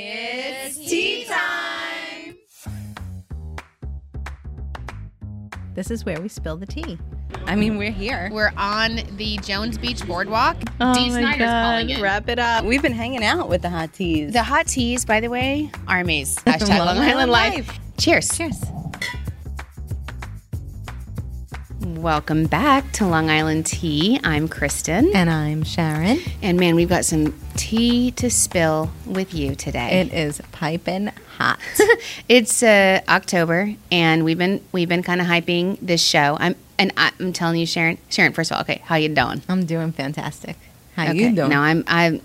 It's tea time! This is where we spill the tea. I mean, we're here. We're on the Jones Beach Boardwalk. Oh Dee Snyder's calling it. Wrap it up. We've been hanging out with the hot teas. The hot teas, by the way, are Maze. Hashtag Long Island Life. Cheers. Cheers. Welcome back to Long Island Tea. I'm Kristen. and I'm Sharon. And man, we've got some tea to spill with you today. It is piping hot. it's uh, October, and we've been we've been kind of hyping this show. I'm and I, I'm telling you, Sharon. Sharon, first of all, okay, how you doing? I'm doing fantastic. How okay. you doing? Now I'm I'm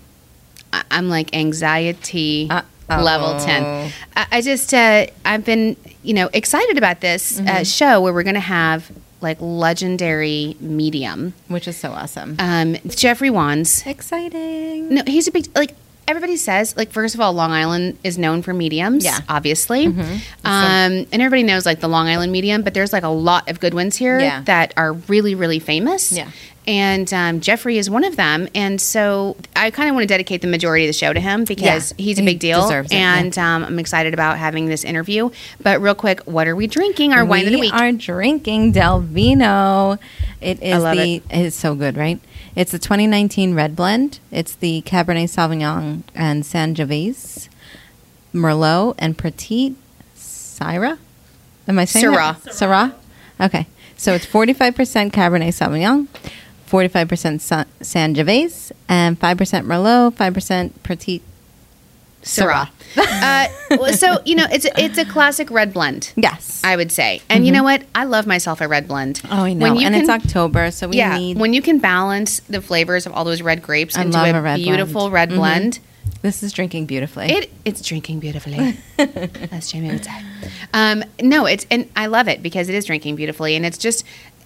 I- I'm like anxiety Uh-oh. level ten. I, I just uh, I've been you know excited about this uh, show where we're gonna have like legendary medium Which is so awesome. um, Jeffrey Wands. Exciting. No, he's a big like. Everybody says like first of all, Long Island is known for mediums. Yeah. Mm-hmm. obviously, um, and everybody knows like the Long Island medium. But there's like a lot of good ones here Yeah. that are really really famous. Yeah. and um, Jeffrey is one of them. And so I kind of want to dedicate the majority of the show to him because Yeah. he's a He big deal, deserves it, yeah. and um, I'm excited about having this interview. But real quick, what are we drinking? Our wine of the we week. are drinking Del Vino. It is love the it's so good, right? It's the 2019 red blend. It's the Cabernet Sauvignon and Sangiovese, Merlot and Petit Syrah. Am I saying that? Syrah? Okay. So it's 45% Cabernet Sauvignon, 45% Sa- Sangiovese, and 5% Merlot, 5% Petit Syrah. uh, well, so you know it's a, it's a classic red blend. Yes. Mm-hmm. I would say. And you know what? I love myself a red blend. oh, I know. When you and can, it's October, so we yeah, need when you can balance the flavors of all those red grapes I into love a, a red beautiful blend. red Mhm. blend, This is drinking beautifully. it it's drinking beautifully. As Jamie would say. Um, no, it's and I love it because it is drinking beautifully, and it's just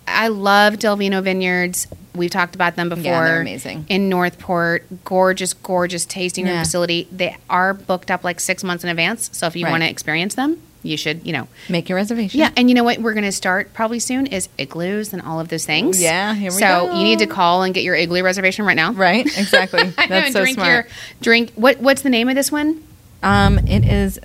I love Delvino Vineyards. We've talked about them before. Yeah, they're amazing. in Northport. Gorgeous, gorgeous tasting room Yeah. facility. They are booked up like six months in advance, so if you Right. want to experience them, you should. You know, Make your reservation. yeah, and you know what we're going to start probably soon is igloos and all of those things. Yeah, here we so go. you need to call and get your igloo reservation right now. Right? Exactly. I know, That's and so drink smart. your drink. What what's the name of this one? um, it is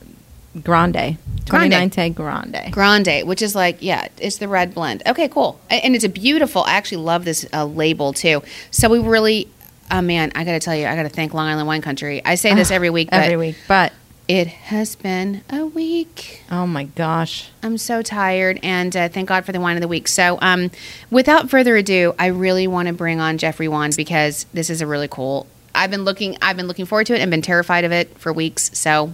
Grande. Grande. 29 Grande. Grande, which is like yeah, it's the red blend. Okay, cool. A- And it's a beautiful. I actually love this uh, label too. So we really, oh man, I got to tell you, I got to thank Long Island Wine Country. I say this every week, but Ah, Every week. But, it has been a week. oh my gosh. I'm so tired, and uh, thank God for the wine of the week. So, um, without further ado, I really want to bring on Jeffrey Wands because this is a really cool. I've been looking, I've been looking forward to it and been terrified of it for weeks. So,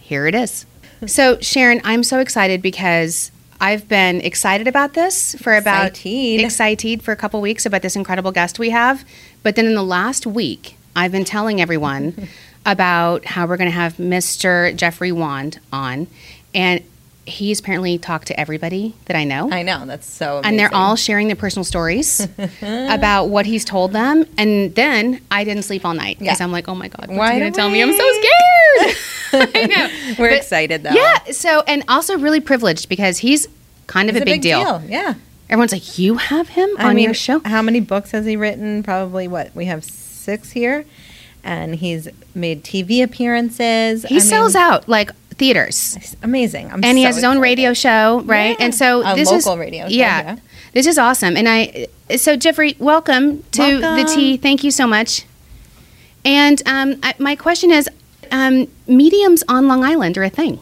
here it is. so, Sharon, I'm so excited because I've been excited about this for about Excited. excited for a couple weeks about this incredible guest we have. But then in the last week, I've been telling everyone about how we're going to have Mr. Jeffrey Wand on. And he's apparently talked to everybody that I know. I know. That's so and they're amazing. all sharing their personal stories about what he's told them. And then I didn't sleep all night because Yeah. I'm like, oh my God, what's Wide he going to tell me? I'm so awake. scared. I know. We're But- excited though. Yeah. So, and also really privileged because he's kind of It's a, big, deal. Yeah. Everyone's like, you have him on your show? How many books has he written? Probably what we have six here, and he's made TV appearances. He sells out like theaters. Amazing! I'm And he so has his own excited. radio show, right? Yeah. And so A this local is radio show, Yeah, yeah. This is awesome. And I so Jeffrey, welcome to the Welcome. tea. Thank you so much. And um, I, my question is um, mediums on Long Island are a thing.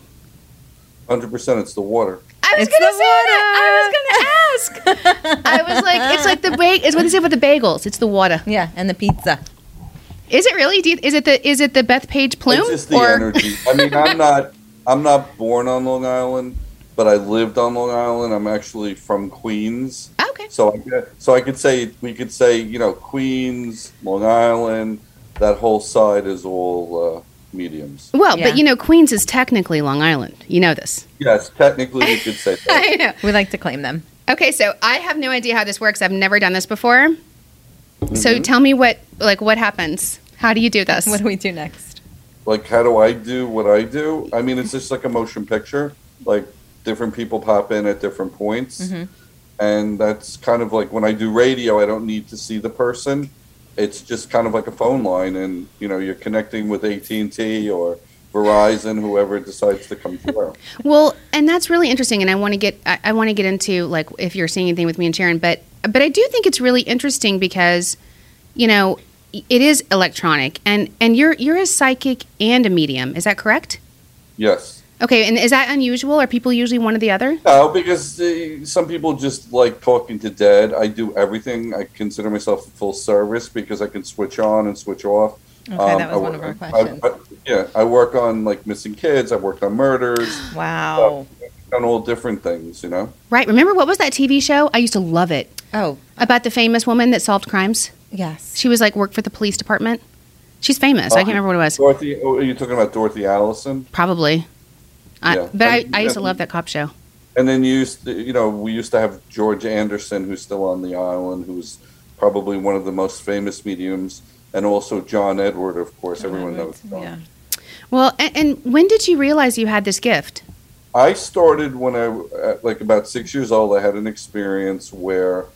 Hundred percent, it's the water. I was It's gonna the say that. I was gonna ask. I was like, it's like the bag. It's what they say about the bagels. It's the water. Yeah, and the pizza. Is it really? Do you, is it the is it the Beth Page plume It's just the or energy. I mean, I'm not, I'm not born on Long Island, but I lived on Long Island. I'm actually from Queens, okay? so I, get- so I could say we could say you know Queens, Long Island, that whole side is all uh, mediums. Well, Yeah. but you know, Queens is technically Long Island. You know this. Yes, technically you could say that. I know. We like to claim them. Okay, so I have no idea how this works. I've never done this before. So tell me what like what happens. How do you do this? What do we do next? Like, how do I do what I do? I mean, it's just like a motion picture. Like different people pop in at different points. and that's kind of like when I do radio, I don't need to see the person. It's just kind of like a phone line, and you know you're connecting with AT and T or Verizon, whoever decides to come through. Well, and that's really interesting, and I want to get I, I want to get into like if you're seeing anything with me and Sharon, but but I do think it's really interesting because you know it is electronic, and and you're you're a psychic and a medium. Is that correct? Yes. Okay, and is that unusual? Are people usually one or the other? No, because uh, some people just like talking to dead. I do everything. I consider myself a full service because I can switch on and switch off. Okay, that was Um, I one of our work- I- questions. I- yeah, I work on like missing kids. I worked on murders, Wow. on all different things. You know, Right. Remember what was that TV show? I used to love it Oh, about the famous woman that solved crimes. yes. She was like worked for the police department. She's famous. I can't remember what it was. Dorothy. Oh, are you talking about Dorothy Allison? Probably. I, Yeah. But I, Um, I used to yeah. love that cop show. And then you used, to, you know, we used to have George Anderson, who's still on the island, who's probably one of the most famous mediums, and also John Edward, of course, everyone knows. John. Yeah. Well, and, and when did you realize you had this gift? I started when I at like about six years old. I had an experience where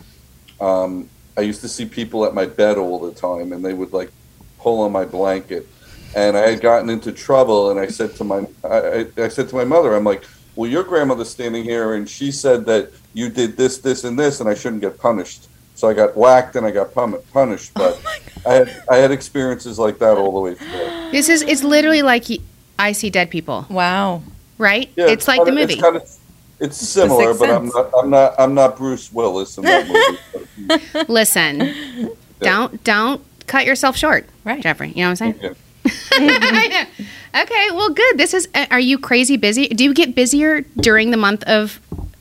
um, I used to see people at my bed all the time, and they would like pull on my blanket. And I had gotten into trouble, and I said to my I, I I said to my mother, I'm like, "Well, your grandmother's standing here, and she said that you did this, this, and this, and I shouldn't get punished." So I got whacked and I got pun- punished, but I had I had experiences like that all the way through. This is it's literally like y- I see dead people, Wow. right? Yeah, oh, it's, like the kinda- movie. It's, kind of, it's similar, Sixth but I'm Sense. not. I'm not. I'm not Bruce Willis in that movie. Listen, don't don't cut yourself short, Right. Jeffrey? You know what I'm saying? Yeah. I know. Okay, well, good. This is. uh, Are you crazy busy? Do you get busier during the month of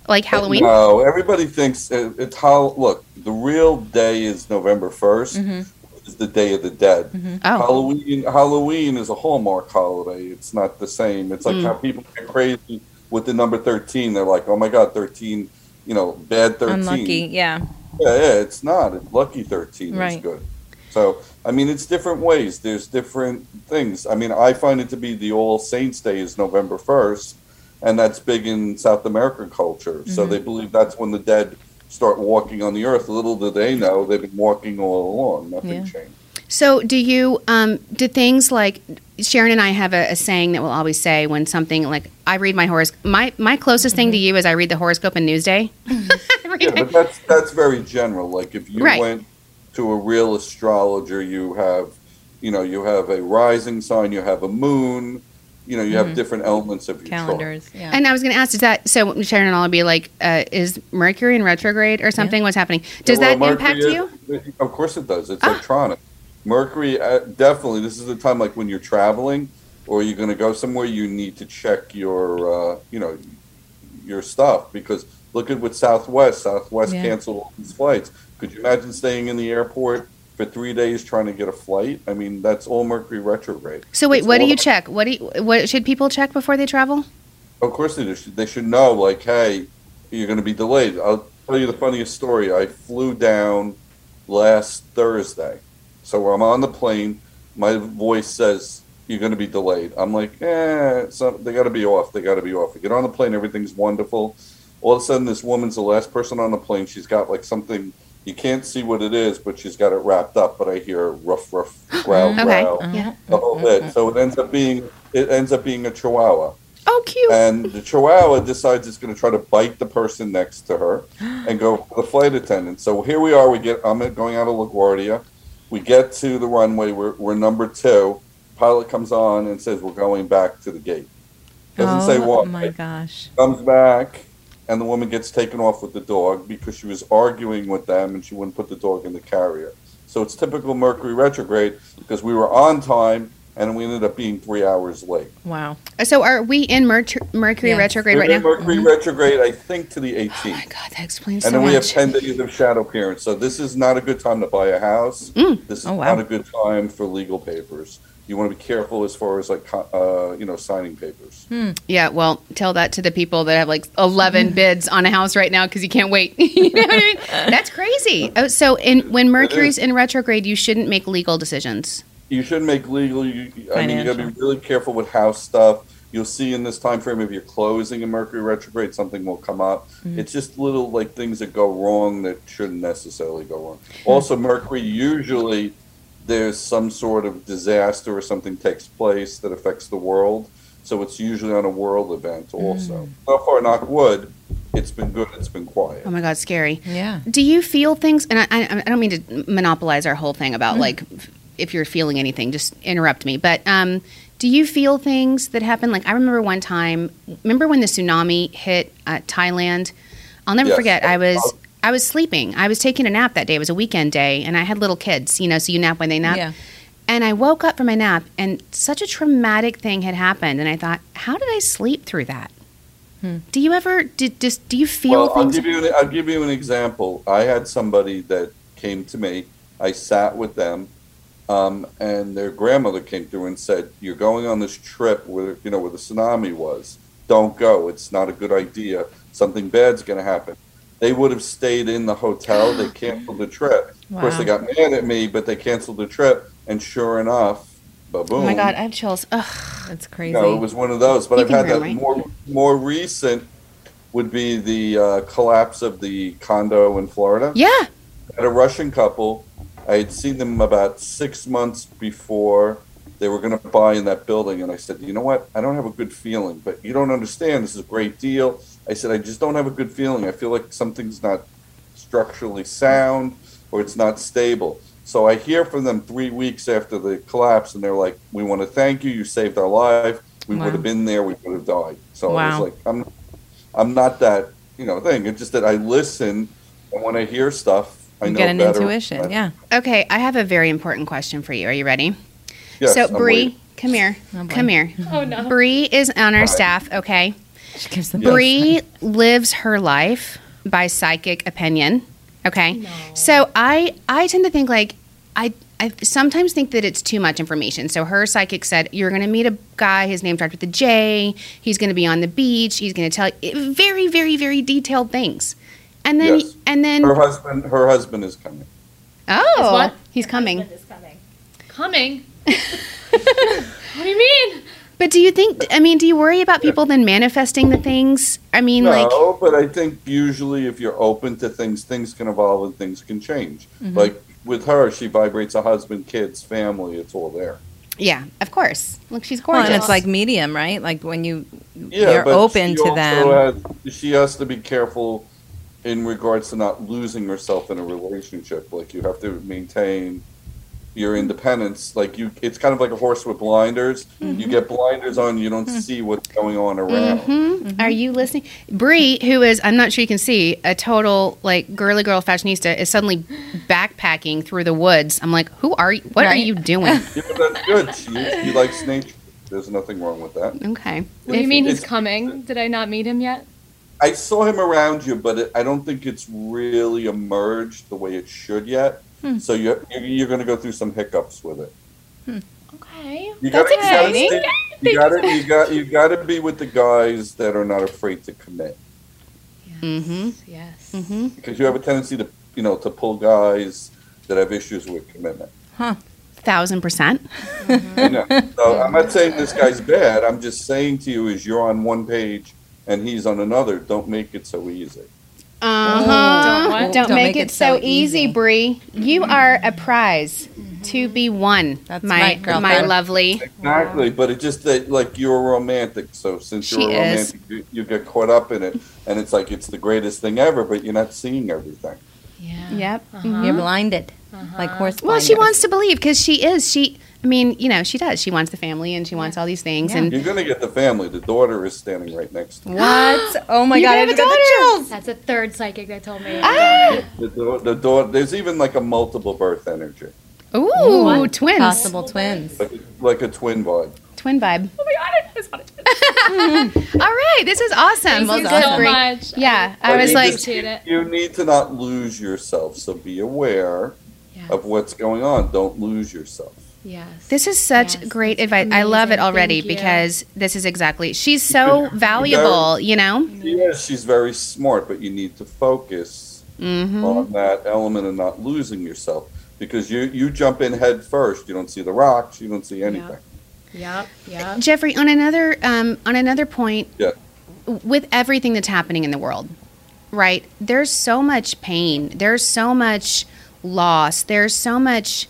like Halloween? No, everybody thinks it, it's how. Look, the real day is November 1st which Is the Day of the Dead. Mm-hmm. Oh. Halloween. Halloween is a Hallmark holiday. It's not the same. It's like Mm. how people get crazy with the number thirteen. They're like, oh my god, thirteen. You know, bad thirteen. Unlucky. Yeah. Yeah, yeah, it's not. It's lucky 13 Right. is good. So, I mean, it's different ways. There's different things. I mean, I find it to be the All Saints Day is November 1st, and that's big in South American culture. So Mm-hmm. they believe that's when the dead start walking on the earth. Little do they know, they've been walking all along. Nothing Yeah. changed. So, do you um, do things like Sharon and I have a, a saying that we'll always say when something like I read my horoscope. My my closest thing to you is I read the horoscope in Newsday. I read Yeah, it. but that's that's very general. Like if you Right. went to a real astrologer, you have, you know, you have a rising sign, you have a moon, you know, you Mm-hmm. have different elements of your chart. Calendars. Yeah. And I was going to ask, is that so? Sharon and I'll be like, uh, is Mercury in retrograde or something? What's happening? Does Yeah, that well, impact Mercury you? Ah. is- Of course it does. It's electronic. Mercury, uh, definitely. This is the time, like when you're traveling or you're going to go somewhere, you need to check your, uh, you know, your stuff because look at what Southwest. Southwest Yeah. canceled all these flights. Could you imagine staying in the airport for three days trying to get a flight? I mean, that's all Mercury retrograde. So wait, It's what do all you about- check? What do you, what should people check before they travel? Of course they do. They should know, like, hey, you're going to be delayed. I'll tell you the funniest story. I flew down last Thursday. So I'm on the plane. My voice says, you're going to be delayed. I'm like, eh, so they got to be off. They got to be off. I get on the plane. Everything's wonderful. All of a sudden, this woman's the last person on the plane. She's got like something, you can't see what it is, but she's got it wrapped up. But I hear rough, rough, growl, Okay. growl, Uh-huh. Yeah. the Oh, whole Mm-hmm. bit. So it ends up being, it ends up being a chihuahua Oh, cute. and the chihuahua decides it's going to try to bite the person next to her and go for the flight attendant. So here we are. We get I'm going out of LaGuardia. We get to the runway. We're, we're number two. Pilot comes on and says we're going back to the gate. Doesn't say oh what. my gosh. Comes back and the woman gets taken off with the dog because she was arguing with them and she wouldn't put the dog in the carrier. So it's typical Mercury retrograde because we were on time and we ended up being three hours late. Wow. so are we in Merch- Mercury Yes. retrograde right We're now? Mm-hmm. in Mercury retrograde, I think, to the 18th. Oh my god, that explains and so then we have much. 10 days of shadow appearance. So this is not a good time to buy a house. Mm. This is Oh, wow. not a good time for legal papers. You want to be careful as far as like co- uh, you know signing papers. yeah, well, tell that to the people that have like eleven bids on a house right now because you can't wait. you know what I mean? That's crazy. Oh, so in, when Mercury's in retrograde, you shouldn't make legal decisions. You should make legal. You, I mean, you got to be Financial. really careful with house stuff. You'll see in this time frame if you're closing in Mercury retrograde, something will come up. It's just little like things that go wrong that shouldn't necessarily go wrong. Also, Mercury usually there's some sort of disaster or something takes place that affects the world. So it's usually on a world event also. So far, knock wood, it's been good. It's been quiet. Oh my God, scary. Yeah. Do you feel things? And I, I, I don't mean to monopolize our whole thing Mm-hmm. about like if you're feeling anything, just interrupt me. But um, do you feel things that happen? Like I remember one time. Remember when the tsunami hit uh, Thailand? I'll never Yes. forget. I was I was sleeping. I was taking a nap that day. It was a weekend day, and I had little kids. You know, so you nap when they nap. Yeah. And I woke up from my nap, and such a traumatic thing had happened. And I thought, how did I sleep through that? Do you ever did, just do you feel Hmm. well, I'll things? give you an, I'll give you an example. I had somebody that came to me. I sat with them, um, and their grandmother came through and said, "You're going on this trip where you know where the tsunami was. Don't go. It's not a good idea. Something bad's going to happen." They would have stayed in the hotel. They canceled the trip. Of course, they got mad at me, but they canceled the trip. And sure enough, ba boom. oh my god, I have chills. Ugh. That's crazy. No, it was one of those. But You I've can had that relate. more more recent would be the uh, collapse of the condo in Florida. Yeah. I had a Russian couple. I had seen them about six months before they were going to buy in that building, and I said, "You know what? I don't have a good feeling, but you don't understand. This is a great deal." I said, "I just don't have a good feeling. I feel like something's not structurally sound, or it's not stable." So I hear from them three weeks after the collapse, and they're like, "We want to thank you. You saved our life. We Wow. would have been there. We would have died." So I Wow. was like, "I'm, I'm not that you know thing. It's just that I listen, and when I hear stuff, I you know get an better. intuition. I- Yeah. Okay, I have a very important question for you. Are you ready? Yes, so I'm Bree, waiting. come here. Oh, boy. come here. Oh no. Bree is on our staff, okay? She gives the Yeah. best. Bree lives her life by psychic opinion. Okay. No. So I I tend to think like I I sometimes think that it's too much information. So her psychic said you're going to meet a guy. His name starts with a J. He's going to be on the beach. He's going to tell you very very very detailed things. And then Yes. and then her husband, her husband is coming. Guess oh what? he's My coming. husband is coming. Coming? what do you mean? But do you think? I mean, do you worry about people then manifesting the things? I mean, like no, but I think usually if you're open to things, things can evolve and things can change. Mm-hmm. Like with her, she vibrates a husband, kids, family. It's all there. yeah, of course. Look, she's Well, gorgeous. and it's like medium, right? Like when you Yeah, you're but open she to also them. Has, she has to be careful in regards to not losing herself in a relationship. Like you have to maintain your independence. Like you, it's kind of like a horse with blinders. Mm-hmm. You get blinders on, you Mm. don't see what's going on around. Mhm. Are you listening? Bree, who is, I'm not sure you can see, a total like girly girl fashionista, is suddenly backpacking through the woods. I'm like, who are you? What are Right. you doing? Yeah, but that's good. She, she likes nature. There's nothing wrong with that. okay. What do you mean he's It's- coming? Did I not meet him yet? I saw him around you, but it, I don't think it's really emerged the way it should yet. Hmm. So you're you're, you're going to go through some hiccups with it. Okay. You That's gotta- exciting. You got to you got you got to be with the guys that are not afraid to commit Mm-hmm. Yes. Mm-hmm. because you have a tendency to you know to pull guys that have issues with commitment. Thousand percent. You know? so I'm not saying this guy's bad. I'm just saying to you is you're on one page and he's on another. Don't make it so easy. Uh-huh. Don't what? Don't, make, it, so easy, easy. Bree. You are a prize to be won, That's my right, girlfriend. my lovely. Exactly, but it just that like you're a romantic, so since you're She a is. romantic, you, you get caught up in it, and it's like it's the greatest thing ever, but you're not seeing everything. Mm-hmm. Yeah. Yep. You're blinded, Uh-huh. like horse. Well, she blinders. wants to believe because she is. She, I mean, you know, she does. She wants the family and she wants all these things. Yeah. And You're gonna get the family. The daughter is standing right next to you. What? Oh my You god! I have a just got the daughter! chills. That's a third psychic that told me. The, da- the daughter. There's even like a multiple birth energy, Ooh, What? twins. Possible twins. like like a twin vibe. Twin vibe. Oh my god, I just wanted to All right. This is awesome. Thank Well you done, awesome. so Bree. much. Yeah. I But was you like, just- Appreciate it. you need to not lose yourself. So be aware Yeah. of what's going on. Don't lose yourself. Yes. this is such Yes, great that's advice. I love it amazing. already Thank you. because this is exactly, she's so valuable, you know? Yes, she's very smart, but you need to focus Mm-hmm. on that element and not losing yourself because you you jump in head first. You don't see the rocks. You don't see anything. Yep. Yep. Jeffrey, on another um, on another point, Yeah. with everything that's happening in the world, right? There's so much pain. There's so much loss. There's so much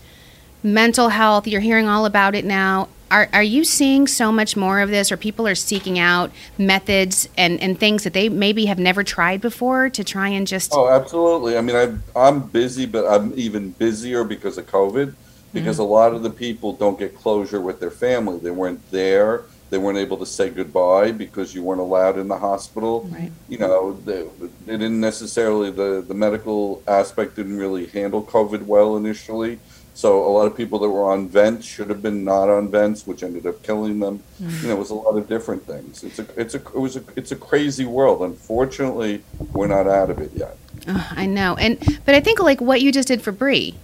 mental health. You're hearing all about it now. Are, are you seeing so much more of this, or people are seeking out methods and, and things that they maybe have never tried before to try and just Oh, absolutely. I mean, I'm I'm busy, but I'm even busier because of COVID. Because a lot of the people don't get closure with their family. They weren't there. They weren't able to say goodbye because you weren't allowed in the hospital. Right. You know, they, they didn't necessarily the the medical aspect didn't really handle COVID well initially. So a lot of people that were on vents should have been not on vents, which ended up killing them. You know, it was a lot of different things. It's a it's a it was a it's a crazy world. Unfortunately, we're not out of it yet. Ugh, I know, and but I think like what you just did for Brie,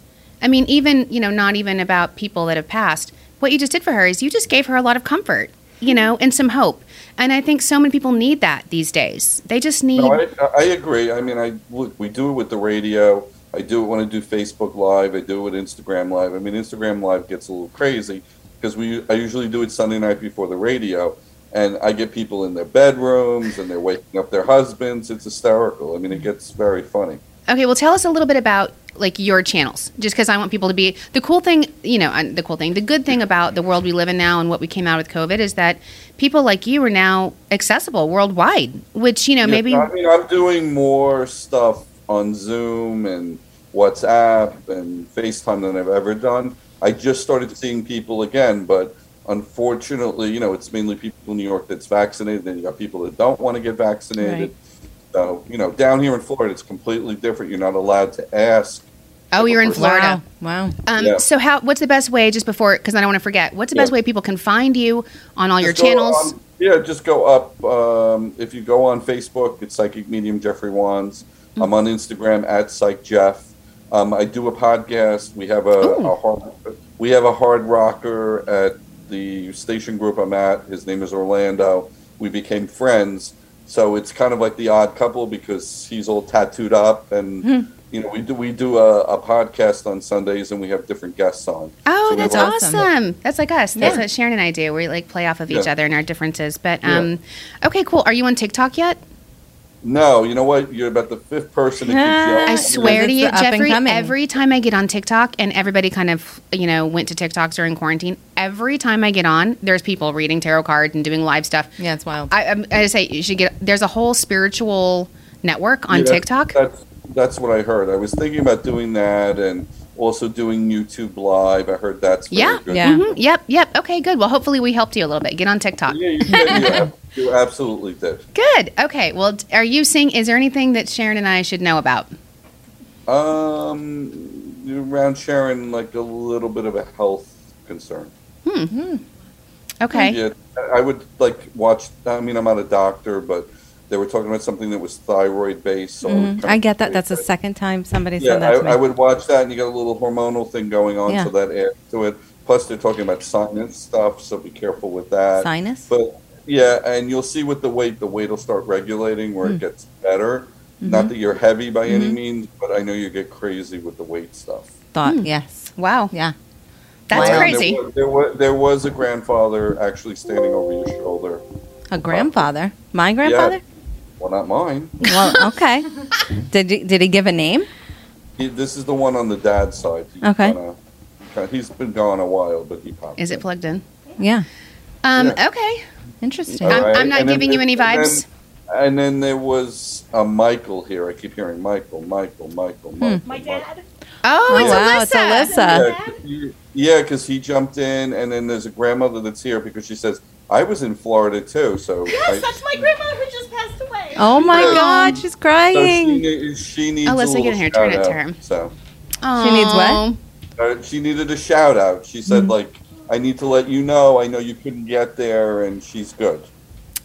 I mean, even you know, not even about people that have passed. What you just did for her is you just gave her a lot of comfort, you know, and some hope. And I think so many people need that these days. They just need No, I, I agree. I mean, I look, we do it with the radio. I do it when I do Facebook Live. I do it with Instagram Live. I mean, Instagram Live gets a little crazy because we. I usually do it Sunday night before the radio, and I get people in their bedrooms and they're waking up their husbands. It's hysterical. I mean, it gets very funny. Okay, well, tell us a little bit about like your channels, just because I want people to be the cool thing. You know, and the cool thing, the good thing about the world we live in now and what we came out with COVID is that people like you are now accessible worldwide. Which you know, Yeah, maybe I mean, I'm doing more stuff on Zoom and WhatsApp and FaceTime than I've ever done. I just started seeing people again, but unfortunately, you know, it's mainly people in New York that's vaccinated, and you got people that don't want to get vaccinated. Right. So, you know, down here in Florida, it's completely different. You're not allowed to ask. oh, you're in Wow. Florida. Wow. wow. Um, Yeah. So how? What's the best way? Just before, because I don't want to forget. What's the best Yeah. way people can find you on all your Just go channels? on- yeah, just go up. Um, if you go on Facebook, it's Psychic Medium Jeffrey Wands. Hmm. I'm on Instagram at Psych Jeff. Um, I do a podcast. We have a, Ooh. a hard we have a hard rocker at the station group I'm at. His name is Orlando. We became friends, so it's kind of like the odd couple because he's all tattooed up, and Hmm. you know we do we do a, a podcast on Sundays, and we have different guests on. Oh, So we that's have- awesome. awesome. That's like us. That's Yeah. what Sharon and I do. We like play off of each Yeah. other and our differences. But Yeah. um, okay, cool. Are you on TikTok yet? No, you know what? You're about the fifth person. That keeps yelling. Ah, I swear it's to you, the up and Jeffrey, coming. every time I get on TikTok and everybody kind of, you know, went to TikToks during quarantine, every time I get on, there's people reading tarot cards and doing live stuff. Yeah, it's wild. I, I'm- I just say you should get, there's a whole spiritual network on Yeah, that's- TikTok. That's that's what I heard. I was thinking about doing that and also doing YouTube Live. I heard that's very Yeah, good. yeah. Mhm, Yep, yep. Okay, good. Well, hopefully we helped you a little bit. Get on TikTok. Yeah, you, did, you, ab- you absolutely did. Good. Okay. Well, d- are you seeing, is there anything that Sharon and I should know about? Um, you're around sharing like a little bit of a health concern. Hmm. Okay. Yeah, I would like watch. I mean, I'm not a doctor, but they were talking about something that was thyroid based. So would Mhm. come I get that. to- That's the second time somebody Yeah, said that to me. I, I would watch that, and you got a little hormonal thing going on, Yeah. so that adds to it. Plus, they're talking about sinus stuff, so be careful with that. Sinus? But yeah, and you'll see with the weight, the weight will start regulating Hmm. where it gets better. Mm-hmm. Not that you're heavy by any means, but I know you get crazy with the weight stuff. Thought, yes. Wow. Yeah. That's Um, Wow. crazy. There was, there, was, there was a grandfather actually standing over your shoulder. A grandfather. My grandfather? Well, not mine. Well, okay. did, he, did he give a name? He, this is the one on the dad's side. He Okay. kinda- kinda- he's been gone a while, but he popped. Is it in. plugged in? Yeah. Um, Yeah. Okay. Interesting. All I'm- I'm not and then giving you there- any and then- vibes. And then there was a Michael here. I keep hearing Michael, Michael, Michael, Hmm. Michael. My Michael. dad. Oh, Oh, it's wow, it's Alyssa. Alyssa. Dad? Yeah, 'cause he- Yeah, because he jumped in, and then there's a grandmother that's here because she says, I was in Florida too. So, I, Yes, that's my grandma who just passed away. Oh my Yeah. God, she's so she, crying. ne- she needs Alyssa, a little get in here, shout turn Oh, it to out. her. So, Aw. She needs what? uh, she needed a shout out. She Mm-hmm. said, like, I need to let you know. I know you couldn't get there, and she's good.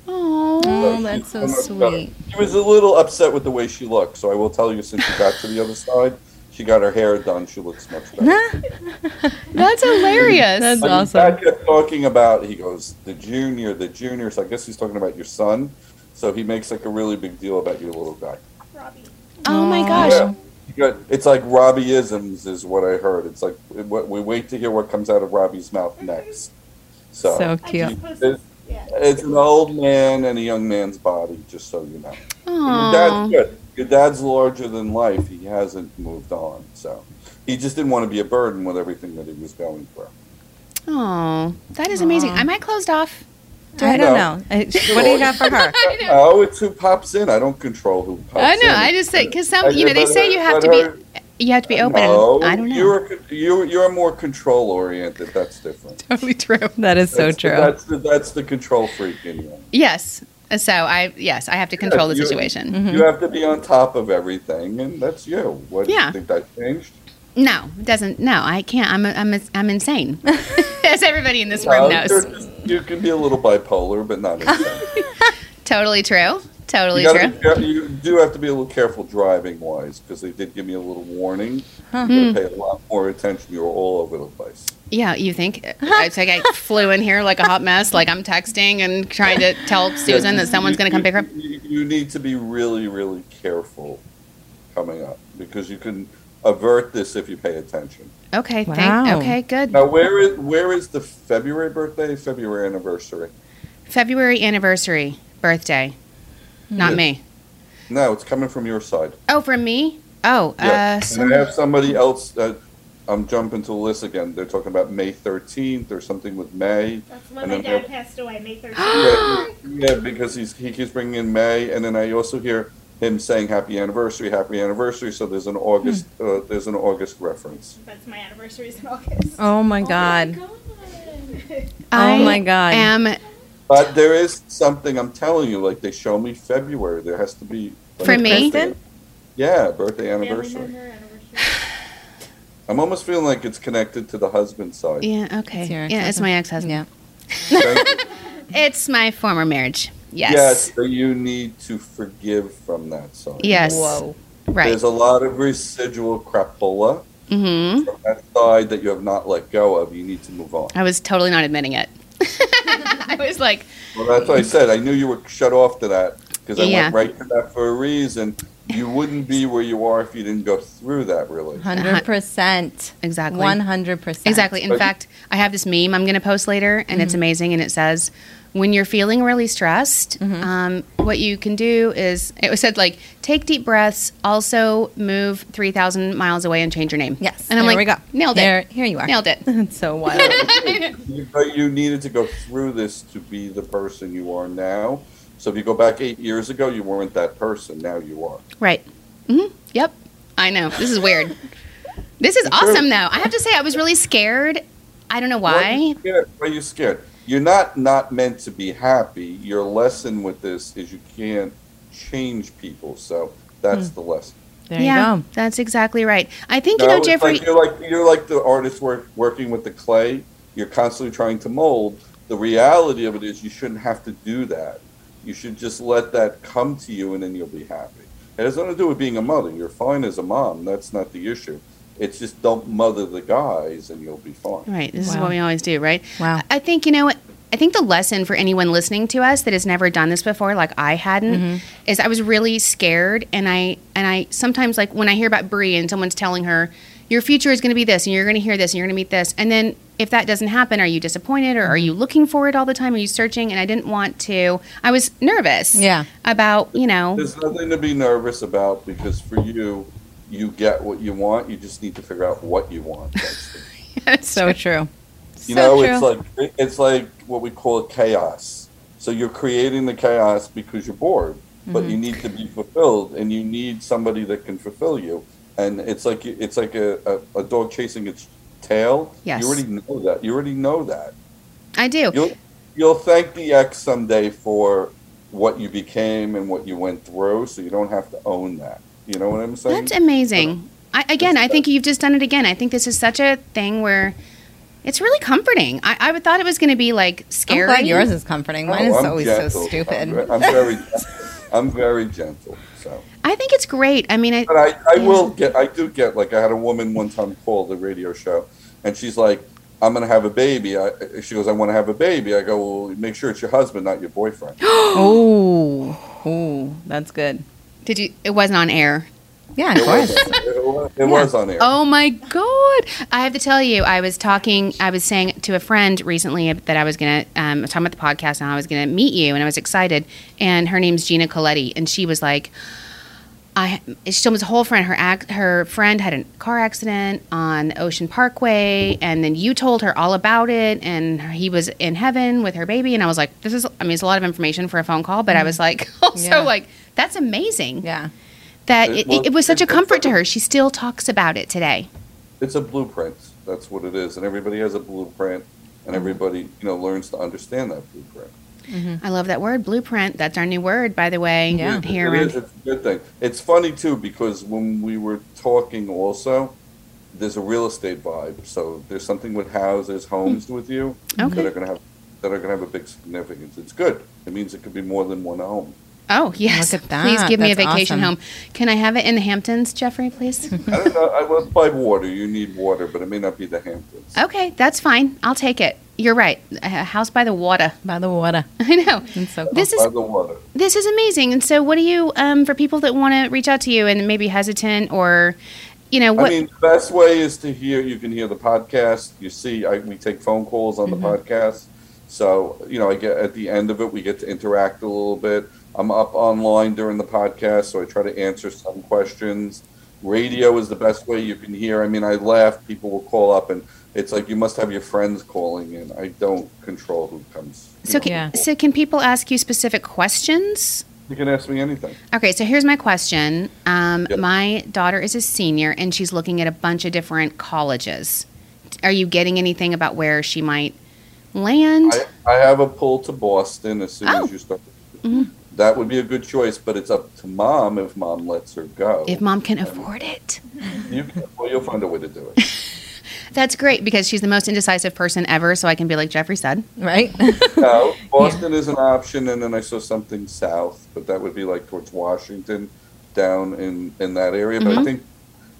Oh, Oh, she's that's so much better. sweet. She was a little upset with the way she looked, so I will tell you since she got to the other side, she got her hair done. She looks much better. that's hilarious. That's But awesome. Dad kept talking about, he goes, the junior, the junior. So I guess he's talking about your son. So he makes like a really big deal about your little guy. Robbie. oh my Aw. gosh. Yeah. You got- It's like Robbieisms is what I heard. It's like what we wait to hear what comes out of Robbie's mouth next. So, So I cute. just posted. it's, Yeah. it's an old man and a young man's body, just so you know. And Aw. Your dad's good. Your dad's larger than life. He hasn't moved on, so he just didn't want to be a burden with everything that he was going through. Oh, that is amazing. Am I closed off? I know. don't know. I- What do you got for her? I know. Oh, it's who pops in. I don't control who pops in. I know. I just think because some, I you know, did, they but say her- you have but to be, her- you have to be open. No, I don't know. You're you're you're more control oriented. That's different. totally true. That is so that's true. The, that's the that's the control freak in you. Yes. So I, yes, I have to control the you- situation. You have to be on top of everything, and that's you. What do Yeah. you think that changed? No, it doesn't. No, I can't. I'm, I'm, I'm insane. As everybody in this room No, knows. Uh, you're just- you can be a little bipolar, but not. insane. Totally true. Totally you, gotta true. be care- you do have to be a little careful driving wise because they did give me a little warning. Hmm. You gotta pay a lot more attention. You're all over the place. Yeah, you think? It's like I flew in here like a hot mess. Like I'm texting and trying to tell Susan that someone's going to come pick her up. You, you need to be really, really careful coming up because you can avert this if you pay attention. Okay, thank. Wow. Okay, good. Now, where is where is the February birthday, February anniversary? February anniversary birthday. Not Yeah. me. No, it's coming from your side. Oh, from me? Oh, Yeah. uh, and some, I have somebody else that I'm jumping to the list again. They're talking about May 13th or something with May. That's when And my then dad there- passed away, May 13th. yeah, yeah, because he's he keeps bringing in May, and then I also hear him saying "Happy Anniversary, Happy Anniversary." So there's an August, Hmm. uh, there's an August reference. That's my anniversary is in August. Oh my god. I Oh my god. am. But there is something I'm telling you, like they show me February. There has to be like, For a me? birthday- Yeah, birthday Family anniversary. member anniversary. I'm almost feeling like it's connected to the husband side. Yeah. It's your Okay. Yeah, it's ex-husband. my Yeah. ex-husband. Thank you. It's my former marriage. Yes. Yes, but you need to forgive from that side. Yes. Right. There's a lot of residual crapola Mm-hmm. from that side that you have not let go of. You need to move on. I was totally not admitting it. I was like, Well, that's what I said. I knew you were shut off to that because I Yeah. went right to that for a reason. You wouldn't be where you are if you didn't go through that, really. 100%. exactly. 100%. Exactly. In But- fact, I have this meme I'm going to post later, and it's Mm-hmm. amazing. And it says, when you're feeling really stressed, Mm-hmm. um, what you can do is it was said like take deep breaths, also move three thousand miles away and change your name. Yes. And I'm There we like, go. nailed There- it, Here you are. nailed it. It's so wild. You- But you needed to go through this to be the person you are now. So if you go back eight years ago, you weren't that person. Now you are. Right. hmm Yep. I know. This is weird. this is true. awesome, though. I have to say, I was really scared. I don't know are why. you scared? Why are you scared? You're not not meant to be happy. Your lesson with this is you can't change people. So that's the lesson. There yeah, you go. that's exactly right. I think you No, know, it's Jeffrey. Like, you're like you're like the artist work, working with the clay. You're constantly trying to mold. The reality of it is you shouldn't have to do that. You should just let that come to you, and then you'll be happy. It has nothing to do with being a mother. You're fine as a mom. That's not the issue. It's just don't mother the guys, and you'll be fine. Right. This is Wow. what we always do, right? Wow. I think, you know, what- I think the lesson for anyone listening to us that has never done this before, like I hadn't, Mm-hmm. is I was really scared and I and I sometimes like when I hear about Brie and someone's telling her, Your future is gonna be this and you're gonna hear this and you're gonna meet this and then if that doesn't happen, are you disappointed or are you Mm-hmm. looking for it all the time? Are you searching? And I didn't want to I was nervous Yeah. about, you know There's nothing to be nervous about because for you, you get what you want. You just need to figure out what you want. That's the So true. You So know, true. it's like it's like what we call chaos. So you're creating the chaos because you're bored, but Mm-hmm. you need to be fulfilled, and you need somebody that can fulfill you. And it's like it's like a, a, a dog chasing its tail. Yes. you already know that. You already know that. I do. You'll you'll thank the ex someday for what you became and what you went through. So you don't have to own that. You know what I'm saying? That's amazing. I, again, I think you've just done it again. I think this is such a thing where it's really comforting. I, I would thought it was going to be like I'm scary. glad yours is comforting. Mine Oh, is I'm always gentle. so I'm stupid. ve- I'm very, I'm very gentle. So. I think it's great. I mean, I, But I, I will get, I do get, like, I had a woman one time call the radio show, and she's like, I'm going to have a baby. I, she goes, I want to have a baby. I go, well, make sure it's your husband, not your boyfriend. oh, oh, that's good. did you? It wasn't on air. Yeah, of course. It was, it was on air. Oh my god! I have to tell you, I was talking. I was saying to a friend recently that I was gonna um, I was talking about the podcast and I was gonna meet you, and I was excited. And her name's Gina Coletti, and she was like, I she told me this whole friend her ac- her friend had a car accident on Ocean Parkway, and then you told her all about it, and he was in heaven with her baby, and I was like, this is I mean it's a lot of information for a phone call, but I was like also Mm. Yeah. like that's amazing Yeah. that It it, was- it, it was such a it was comfort to such a- her. She still talks about it today. it's a blueprint. That's what it is, and everybody has a blueprint, and everybody you know learns to understand that blueprint. I love that word blueprint. That's our new word, by the way. Mm. Yeah. here it is, around- it's a good thing. It's funny too because when we were talking, also, there's a real estate vibe. So there's something with houses, homes with you that Hmm. Okay. are going to have that are going to have a big significance. It's good. It means it could be more than one home. Oh yes, Look at please that. give me a That's vacation awesome. home. Can I have it in the Hamptons, Jeffrey? Please. I don't know. I was by water. You need water, but it may not be the Hamptons. okay, that's fine. I'll take it. You're right. A house by the water. By the water. I know. It's so cool. This is by the water. this is amazing. And so, what do you um, for people that want to reach out to you and maybe hesitant or, you know, what? I mean, the best way is to hear. You can hear the podcast. You see, I, we take phone calls on the podcast. So you know, I get at the end of it, we get to interact a little bit. I'm up online during the podcast, so I try to answer some questions. Radio is the best way you can hear. I mean, I laugh. People will call up, and it's like you must have your friends calling in. I don't control who comes. you so know. can, Yeah. so can people ask you specific questions? you can ask me anything. Okay, so here's my question. Um, Yep. My daughter is a senior and she's looking at a bunch of different colleges. Are you getting anything about where she might land? I, I have a pull to Boston as soon Oh. as you start. That would be a good choice, but it's up to mom if mom lets her go. if mom can afford it. you, well, you'll find a way to do it. That's great because she's the most indecisive person ever. So I can be like Jeffrey said. right? no, Boston is an option, and then I saw something south, but that would be like towards Washington, down in in that area. Mm-hmm. But I think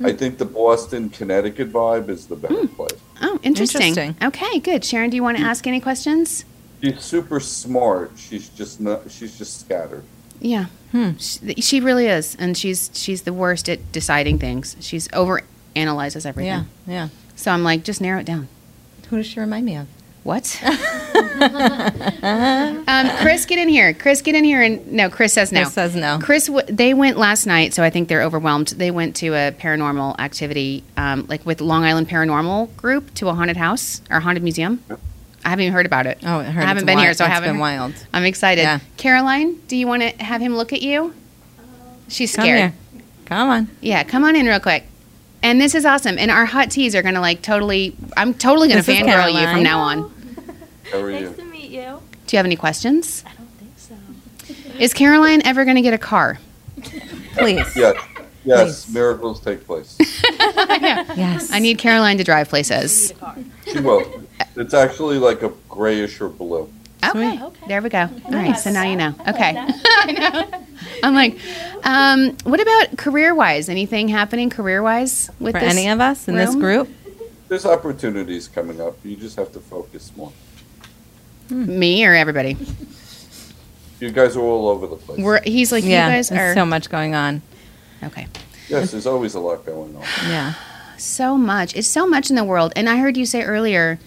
I think the Boston, Connecticut vibe is the better place. Oh, interesting. Interesting. Okay, good. Sharon, do you want to ask any questions? She's super smart. She's just not. She's just scattered. Yeah, Hmm. she, she really is, and she's she's the worst at deciding things. She's over analyzes everything. yeah. Yeah. So I'm like, just narrow it down. Who does she remind me of? What? um, Chris, get in here. Chris, get in here. And no, Chris says no. Chris says no. Chris, w- they went last night, so I think they're overwhelmed. They went to a paranormal activity, um, like with Long Island Paranormal Group, to a haunted house or haunted museum. I haven't even heard about it. Oh, I heard I haven't it's been wi- here, so I it's haven't. been heard- wild. I'm excited. Yeah. Caroline, do you want to have him look at you? She's Come scared. here. Come on. Yeah, come on in real quick. And this is awesome. And our hot teas are gonna like totally. I'm totally gonna This is fangirl you Caroline. from now on. How are Nice you? to meet you. Do you have any questions? I don't think so. Is Caroline ever gonna get a car? Please. Yes, yes. Please. Miracles take place. Yes. I need Caroline to drive places. She will. It's actually like a grayish or blue. Okay. Okay. There we go. All right. So Nice. now you know. Okay. I know. I'm like, um, what about career wise? Anything happening career wise with For this? any of us in this room? group, There's opportunities coming up. You just have to focus more. me or everybody? You guys are all over the place. We're, he's like, yeah, you guys there's are so much going on. okay. yes, there's always a lot going on. Yeah. So much. It's so much in the world. And I heard you say earlier,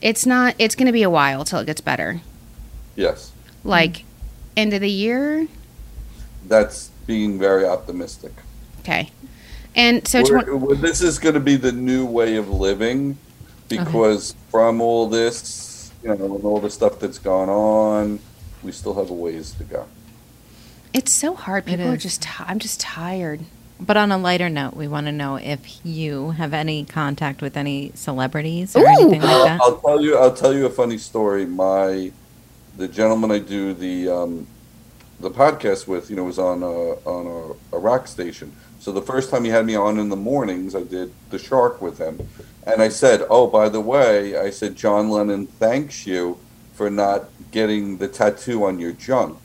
it's not. It's going to be a while till it gets better. Yes, Mm-hmm. Like, end of the year. that's being very optimistic. Okay. And so, We're- twen- we're- this is going to be the new way of living because from all this, you know, and all the stuff that's gone on, we still have a ways to go. it's so hard. It People are is. just. T- I'm just tired. But on a lighter note, we want to know if you have any contact with any celebrities or Ooh. anything like I'll, that. I'll tell you. I'll tell you a funny story. My the gentleman I do the um, the podcast with, you know, was on a, on a, a rock station. So the first time he had me on in the mornings, I did the Shark with him, and I said, "Oh, by the way," I said, "John Lennon thanks you for not getting the tattoo on your junk."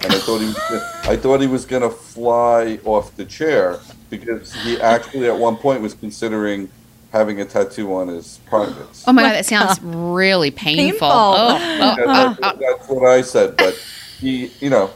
And I thought he, was gonna, I thought he was gonna fly off the chair because he actually at one point was considering having a tattoo on his privates. Oh my god, that sounds really painful. Painful. Oh, oh, That's, that's what I said, but he, you know, it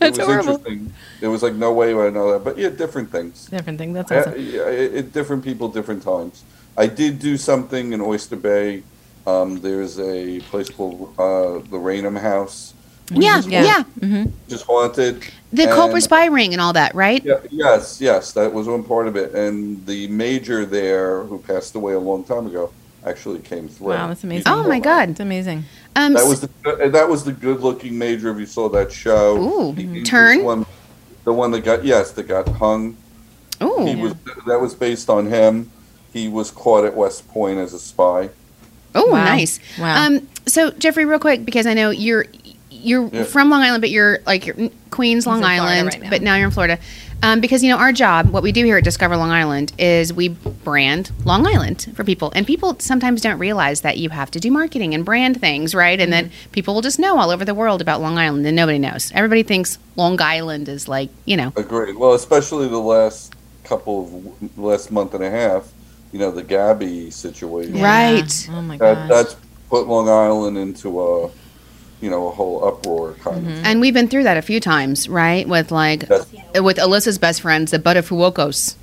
That's was horrible. interesting. There was like no way would I know that, but yeah, different things. Different thing. That's Yeah, awesome. yeah, it, it- different people, different times. I did do something in Oyster Bay. Um, there's a place called uh, the Raynham House, Yeah, yeah. Yeah. hmm Just haunted. The And- Cobra Spy Ring and all that, right? Yeah, yes, yes, that was one part of it. And the major there, who passed away a long time ago, actually came through. Wow, that's amazing. He's Oh my alive. God. It's amazing. Um, That was the that was the good looking major. If you saw that show, Ooh, He- he was Turn? one- the one that got yes, that got hung. ooh. He was that was based on him. He was caught at West Point as a spy. Oh, Wow. nice. Wow. Um, so Jeffrey, real quick, because I know you're you're Yeah. from Long Island, but you're like you're in Queens, Long in Florida Island, right now. but now you're in Florida. Um, because you know our job, what we do here at Discover Long Island is we brand Long Island for people, and people sometimes don't realize that you have to do marketing and brand things, right? And then Mm-hmm. people will just know all over the world about Long Island, and nobody knows. Everybody thinks Long Island is like you know, Agreed. Well, especially the last couple of w- last month and a half. You know the Gabby situation. Yeah. Right. Oh my That god. that's put Long Island into a you know a whole uproar kind of. Mm-hmm. and we've been through that a few times, right? With like That's- with Alyssa's best friends, the Buttafuocos.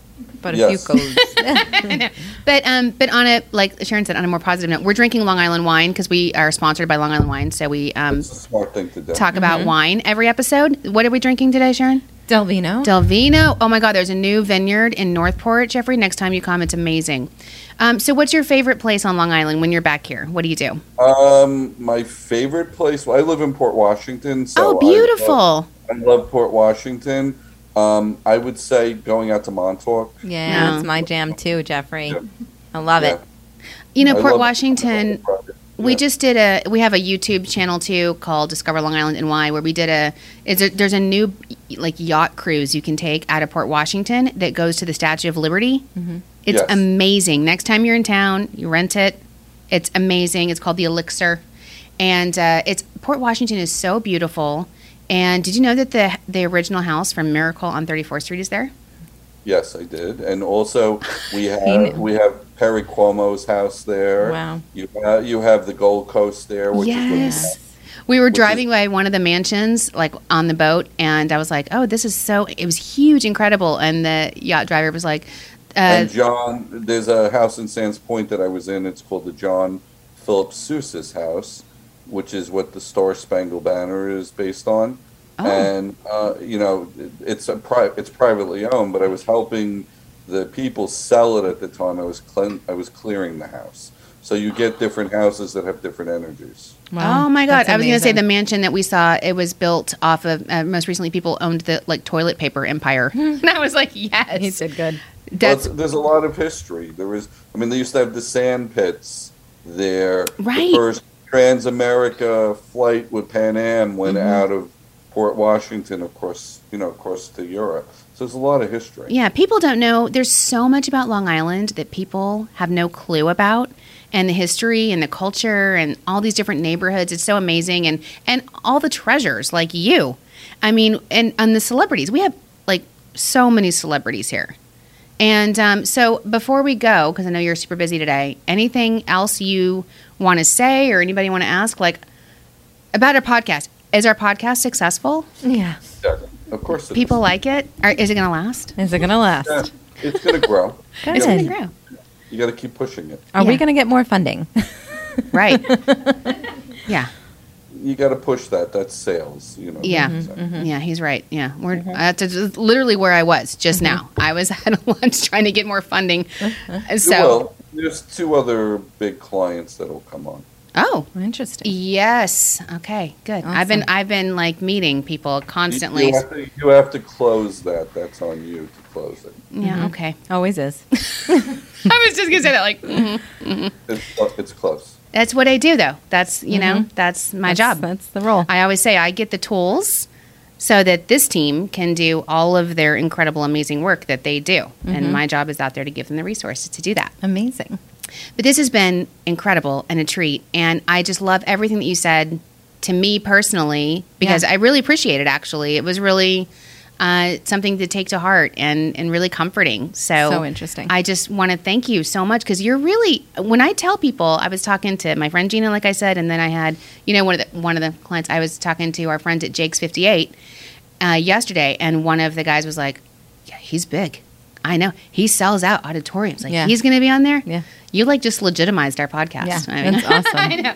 but a yes. few goes. But um, but on a like Sharon said, on a more positive note, we're drinking Long Island wine because we are sponsored by Long Island Wine, so we um, It's a smart thing to do. talk about wine every episode. What are we drinking today, Sharon? Delvino. Delvino. Oh my God, there's a new vineyard in Northport, Jeffrey. Next time you come, it's amazing. Um, so, what's your favorite place on Long Island when you're back here? What do you do? Um, my favorite place. Well, I live in Port Washington, so oh, I uh, love- beautiful. I love, Port Washington. Um, I would say going out to Montauk. yeah, No. it's my jam too, Jeffrey. Yeah. I love Yeah. it. You know, I Port love- Washington. We Yeah. just did a. We have a YouTube channel too called Discover Long Island NY, where we did a. Is there, there's a new like yacht cruise you can take out of Port Washington that goes to the Statue of Liberty. It's Yes. amazing. Next time you're in town, you rent it. It's amazing. It's called the Elixir, and uh, it's Port Washington is so beautiful. And did you know that the the original house from Miracle on 34th Street is there? Yes, I did, and also we have knew. we have Perry Cuomo's house there. Wow. You have, you have the Gold Coast there, which is Yes. We were is- driving by one of the mansions, like on the boat, and I was like, "Oh, this is so!" It was huge, incredible, and the yacht driver was like, uh, and John, there's a house in Sands Point that I was in. It's called the John Philip Seuss's house, which is what the Star Spangled Banner is based on. Oh. And uh, you know, it- it's a pri- it's privately owned, but I was helping the people sell it at the time. I was clean- I was clearing the house, so you get different houses that have different energies. "Oh my god!" that's I was going to say the amazing. mansion that we saw. It was built off of uh, most recently. People owned the like toilet paper empire, and I was like, "Yes, Hmm. He did good. Well, that's it's- there's a lot of history. There was, I mean, they used to have the sand pits there. Right. The first Transamerica flight with Pan Am went Mm-hmm. out of Port Washington, of course, you know, across to Europe. So there's a lot of history. Yeah, people don't know. There's so much about Long Island that people have no clue about, and the history and the culture and all these different neighborhoods. It's so amazing, and and all the treasures like you. I mean, and and the celebrities. We have like so many celebrities here. And um, so before we go, because I know you're super busy today, anything else you want to say or anybody want to ask, like about our podcast? Is our podcast successful? Yeah. Yeah, Of course, it is. People like it? Or is it going to last? Is it gonna last? Yeah, it's going to grow. It's Good. going to grow. You got to keep pushing it. Are we Yeah. gonna get more funding? Right. yeah. You got to push that. That's sales, you know. Yeah. Mm-hmm. so. Yeah, he's right. Yeah. We're Mm-hmm. uh, that's just literally where I was just now. I was at a lunch trying to get more funding. So, Well, there's two other big clients that'll come on. oh, Interesting. yes. Okay. Good. I've been Awesome. I've been like meeting people You- constantly. You have, to, you have to close that. That's on you to close it. Yeah, Mm-hmm. okay. Always is. I was just going to say that like mhm. It's, clo- it's close. that's what I do though. That's, you know, that's my Mm-hmm. That's- job. That's the role. I always say I get the tools so that this team can do all of their incredible amazing work that they do. Mm-hmm. And my job is out there to give them the resources to do that. Amazing. But this has been incredible and a treat. And I just love everything that you said to me personally because Yeah. I really appreciate it, actually. It was really uh, something to take to heart and, and really comforting. So, So interesting. I just want to thank you so much because you're really, when I tell people, I was talking to my friend Gina, like I said, and then I had, you know, one of the, one of the clients, I was talking to our friends at Jake's 58 uh, yesterday, and one of the guys was like, yeah, he's big. I know. He sells out auditoriums. Like, Yeah. he's going to be on there. Yeah. You like just legitimized our podcast. Yeah, I mean, that's awesome. I know.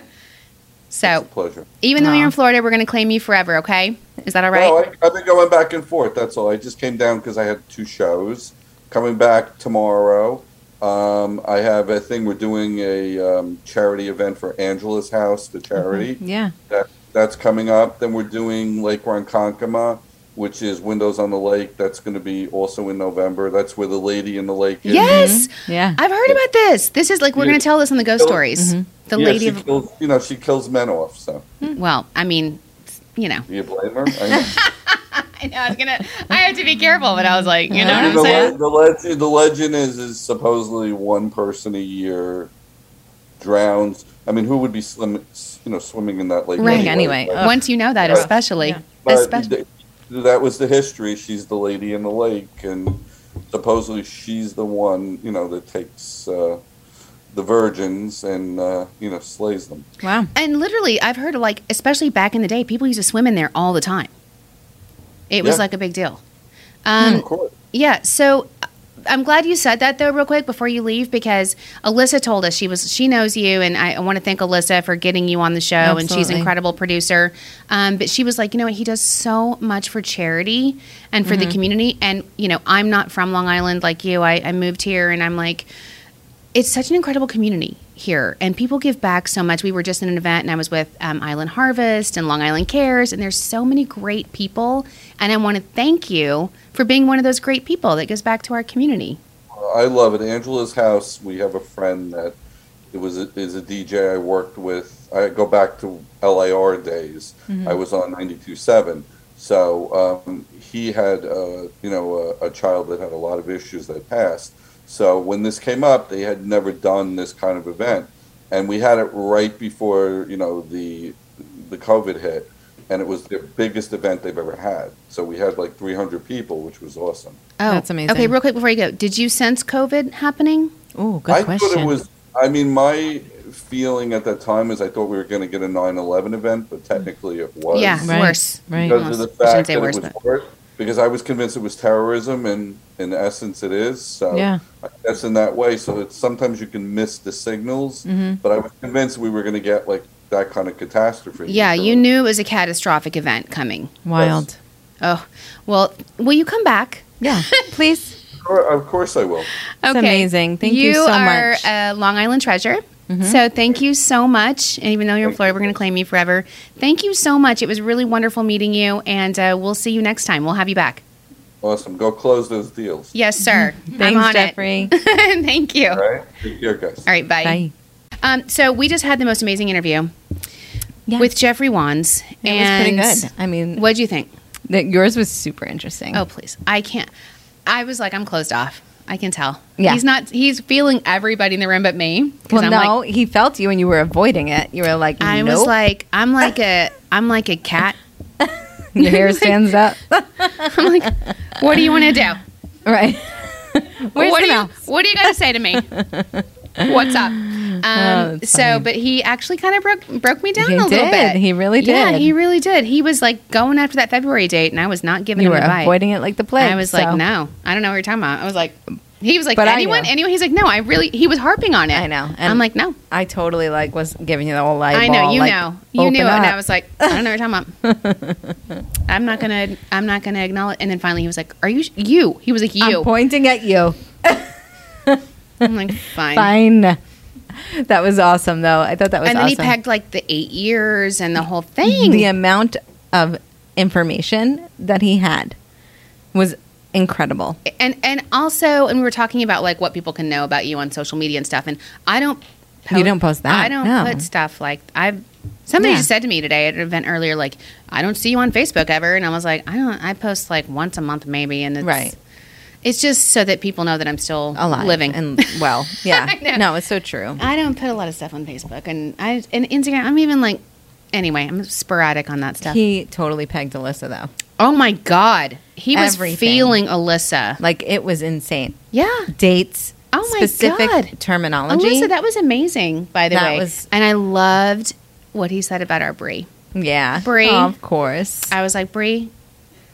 So It's a pleasure. even though you're in Aw. Florida, we're going to claim you forever. Okay, is that all right? No, I, I've been going back and forth. That's all. I just came down because I had two shows. Coming back tomorrow. Um, I have a thing. We're doing a um, charity event for Angela's House, the Mm-hmm. charity. Yeah. that that's coming up. Then we're doing Lake Ronkonkoma, which is Windows on the Lake. That's going to be also in November. That's where the lady in the lake. Is. yes, Yeah. I've heard about this. This is like we're Yeah. going to tell this on the ghost Oh. stories. Mm-hmm. The Yeah, lady she of kills, you know she kills men off. So well, I mean, you know. do you blame her? I know. I know I was gonna. I have to be careful, but I was like, you know what Yeah. I'm the, saying? le- the legend, the legend is is supposedly one person a year drowns. I mean, who would be slim, you know swimming in that lake? Right. Anyway, Like, Ugh. Once you know that, Right. especially, Yeah. But especially, th- that was the history. She's the lady in the lake, and supposedly she's the one, you know, that takes uh, the virgins and uh, you know slays them. Wow. and literally, I've heard like, especially back in the day, people used to swim in there all the time. It was Yeah. like a big deal. Um, of course. Yeah. So uh, I'm glad you said that though, real quick before you leave, because Alyssa told us she was she knows you, and I, I want to thank Alyssa for getting you on the show, and she's an Absolutely. incredible producer. Um, but she was like, you know what, he does so much for charity and for the community, and you know, I'm not from Long Island like you. I, I moved here, and I'm like it's such an incredible community here, and people give back so much. We were just in an event, and I was with um, Island Harvest and Long Island Cares, and there's so many great people. And I want to thank you for being one of those great people that gives back to our community. I love it. Angela's house. We have a friend that it was a, is a DJ I worked with. I go back to LAR days. Mm-hmm. Mm. I was on 92.7. So um, he had uh, you know a, a child that had a lot of issues that passed. So when this came up, they had never done this kind of event, and we had it right before you know the the COVID hit, and it was their biggest event they've ever had. So we had like 300 people, which was awesome. Oh, That's amazing. Okay, real quick before you go, did you sense COVID happening? Oh, good I question. thought it was. I mean, my feeling at that time is I thought we were going to get a 9/11 event, but technically it was. Yeah, Right, worse. right. Because Almost. of the I shouldn't fact say that worse, it was but worse, because I was convinced it was terrorism, and in essence, it is. So Yeah. I guess in that way, so it's sometimes you can miss the signals. Mm-hmm. But I was convinced we were going to get like that kind of catastrophe. yeah, So- you knew it was a catastrophic event coming. wild. Oh, well, will you come back? Yeah. Please. Sure, Of course, I will. It's amazing. Thank you uh, so are much. a Long Island treasure. So thank you so much. And even though you're in Thank Florida, you. we're going to claim you forever. Thank you so much. It was really wonderful meeting you, and uh, we'll see you next time. We'll have you back. Awesome. Go close those deals. Yes, sir. I'm Thanks, on Jeffrey. it. thank you. All right. Take care, guys. All right, bye. Bye. Um, so we just had the most amazing interview Yeah. with Jeffrey Wands, it and was pretty good. I mean, mm. What'd you think? that yours was super interesting. Oh, please. I can't. I was like, I'm closed off. I can tell. Yeah. He's not. He's feeling everybody in the room but me. 'cause well, I'm like, no, he felt you and you were avoiding it. You were like, I nope. was like, I'm like a, I'm like a cat. your hair stands up. I'm like, what do you want to do? right. Where's what the do you, mouse? what do you got to say to me? What's up? Um, Oh, that's so, funny. but he actually kind of broke broke me down He a little did. bit. He really Yeah, did. he really did. He was like going after that February date, and I was not giving You him were a bite. avoiding it like the plague. I was so- like, no, I don't know what you're talking about. I was like, he was like, But I anyone, know. anyone. He's like, no, I really. He was harping on it. I know. And I'm like, no, I totally like was giving you the whole eyeball. I know you like, know you open knew it, and up. I was like, I don't know what you're talking about. I'm not gonna I'm not gonna acknowledge. And then finally, he was like, Are you sh- you? He was like, I'm You. pointing at you. I'm like, fine. Fine. That was awesome, though. I thought that was And then awesome. he pegged like the eight years and the whole thing. the amount of information that he had was incredible. and and also, and we were talking about like what people can know about you on social media and stuff. And I don't. You don't post that, I don't no. put stuff like I've. Somebody Yeah. just said to me today at an event earlier, like, I don't see you on Facebook ever, and I was like, I don't. I post like once a month maybe, and it's, Right. It's just so that people know that I'm still Alive living and well, yeah. I know. no, it's so true. I don't put a lot of stuff on Facebook and I and Instagram. I'm even like, anyway, I'm sporadic on that stuff. He totally pegged Alyssa though. oh my god, he was Everything. feeling Alyssa. Like it was insane. Yeah, Dates. Oh my specific God. terminology. Alyssa, that was amazing. By the That way, was- and I loved what he said about our Brie. yeah, Oh, Bree. Of course. I was like, Brie,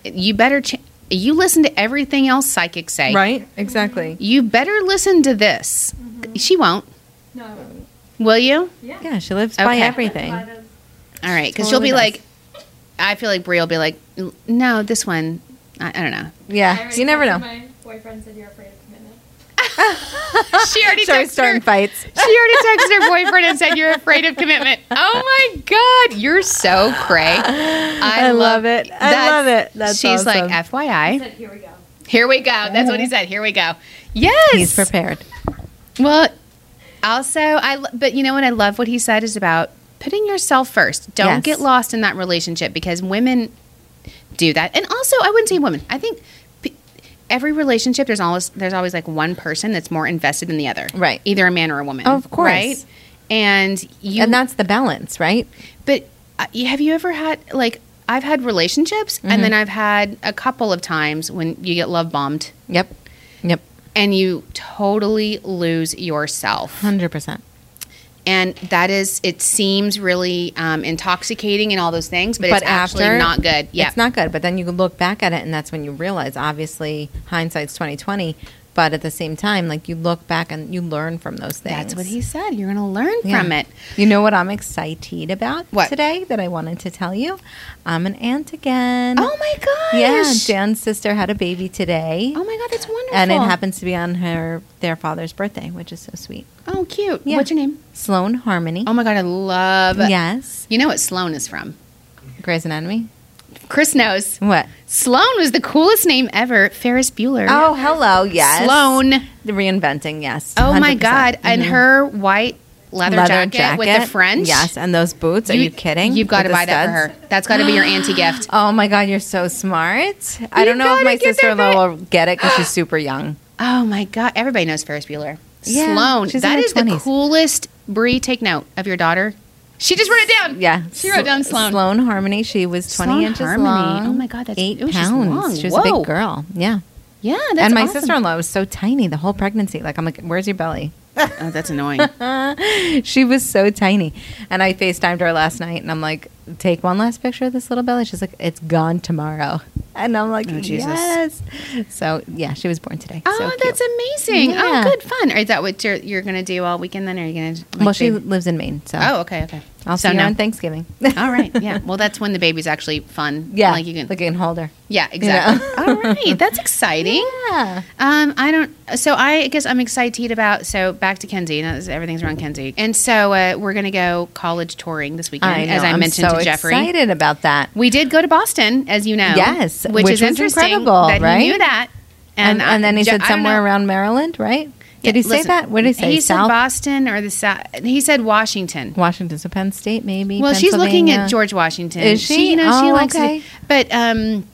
you better ch- you listen to everything else psychics say. right. Exactly. You better listen to Mm-hmm. this. She won't. No, I won't. Will you? Yeah. Yeah, she lives by Okay. everything. By the All right, because Totally you'll be does. like, I feel like Brie will be like, "N- no, this one, I, I don't know. I Yeah, already you never texted know. My boyfriend said you're afraid of commitment. She already Sorry, texted starting her. fights. She already texted her boyfriend and said, "You're afraid of commitment." Oh my God, you're so cray. I, I love it. I that's- love it. That's she's awesome. like, He FYI, said, here we go. here we go. That's what he said. Here we go. Yes, He's prepared. Well, also, I lo- but you know what I love what he said is about putting yourself first. Don't Yes. get lost in that relationship because women do that. And also, I wouldn't say women. I think p- every relationship there's always there's always like one person that's more invested than the other. Right. Either a man or a woman. Of course. Right? And you and that's the balance, right? but uh, you- have you ever had like I've had relationships Mm-hmm. and then I've had a couple of times when you get love bombed Yep. Yep. and you totally lose yourself. 100%. and that is it seems really um, intoxicating and all those things but, it's actually not good yeah It's not good. But then you look back at it, and that's when you realize. Obviously, hindsight's twenty twenty. But at the same time, like you look back and you learn from those things. that's what he said you're gonna learn Yeah. from it You know what I'm excited about What? today that I wanted to tell you? I'm an aunt again. oh my gosh Mm-hmm. yeah, Dan's sister had a baby today, oh my god that's wonderful and it happens to be on her their father's birthday, which is so sweet. oh cute Yeah. what's your name Sloan Harmony. oh my god i love yes, you know what sloan is from Grey's Anatomy. chris knows What? sloan was the coolest name ever ferris bueller Oh, hello. Yes, sloan The reinventing. Yes. oh my 100%. god and Mhm. her white leather, jacket, with the french Yes, and those boots. Are you kidding? you've got to With the buy that for her studs? that's got to be your auntie gift Oh my God, you're so smart. I You don't know if gotta my get sister in that law will get it because she's super young. Oh my God! Everybody knows Ferris Bueller. Yeah, Sloan, she's in that her is the 20s. coolest. Brie, take note of your daughter. She just wrote it down. Yeah, she wrote down Sl- Sloan. Sloan Harmony. She was twenty Sloan inches Harmony. long. Oh my God, that's- eight ooh, she's long. pounds. She was a Whoa. big girl. Yeah, Yeah, that's and my awesome. sister in law was so tiny the whole pregnancy. Like I'm like, where's your belly? Oh, that's annoying. she was so tiny. And I FaceTimed her last night and I'm like, take one last picture of this little belly. She's like, it's gone tomorrow. And I'm like, Oh, Jesus. yes. So, yeah, she was born today. oh, So that's cute. amazing. Yeah. Oh, good fun. Is that what you're you're gonna do all weekend? Then or are you gonna? like, well, she baby- lives in Maine. So Oh, okay, okay. I'll so see her no. on Thanksgiving. all right. Yeah. Well, that's when the baby's actually fun. yeah. Like you can. hold her. yeah. Exactly. all right. That's exciting. Yeah. Um, I don't. So I guess I'm excited about. So back to Kenzie. Now this- everything's around Kenzie, and so uh, we're gonna go college touring this weekend, I know. as I I'm mentioned so to Jeffrey. excited about that. We did go to Boston, as you know. Yes, which which, is was interesting. incredible, that right? he knew that, And, and, I- then he Je- said I don't somewhere know. around Maryland, right? Yeah, Did he say listen, that? What did he say? He South said Boston or the South. He said Washington. Washington, so Penn State, maybe. Well, she's looking Pennsylvania. at George Washington. Is she? You know, she Oh, likes okay. it. But um,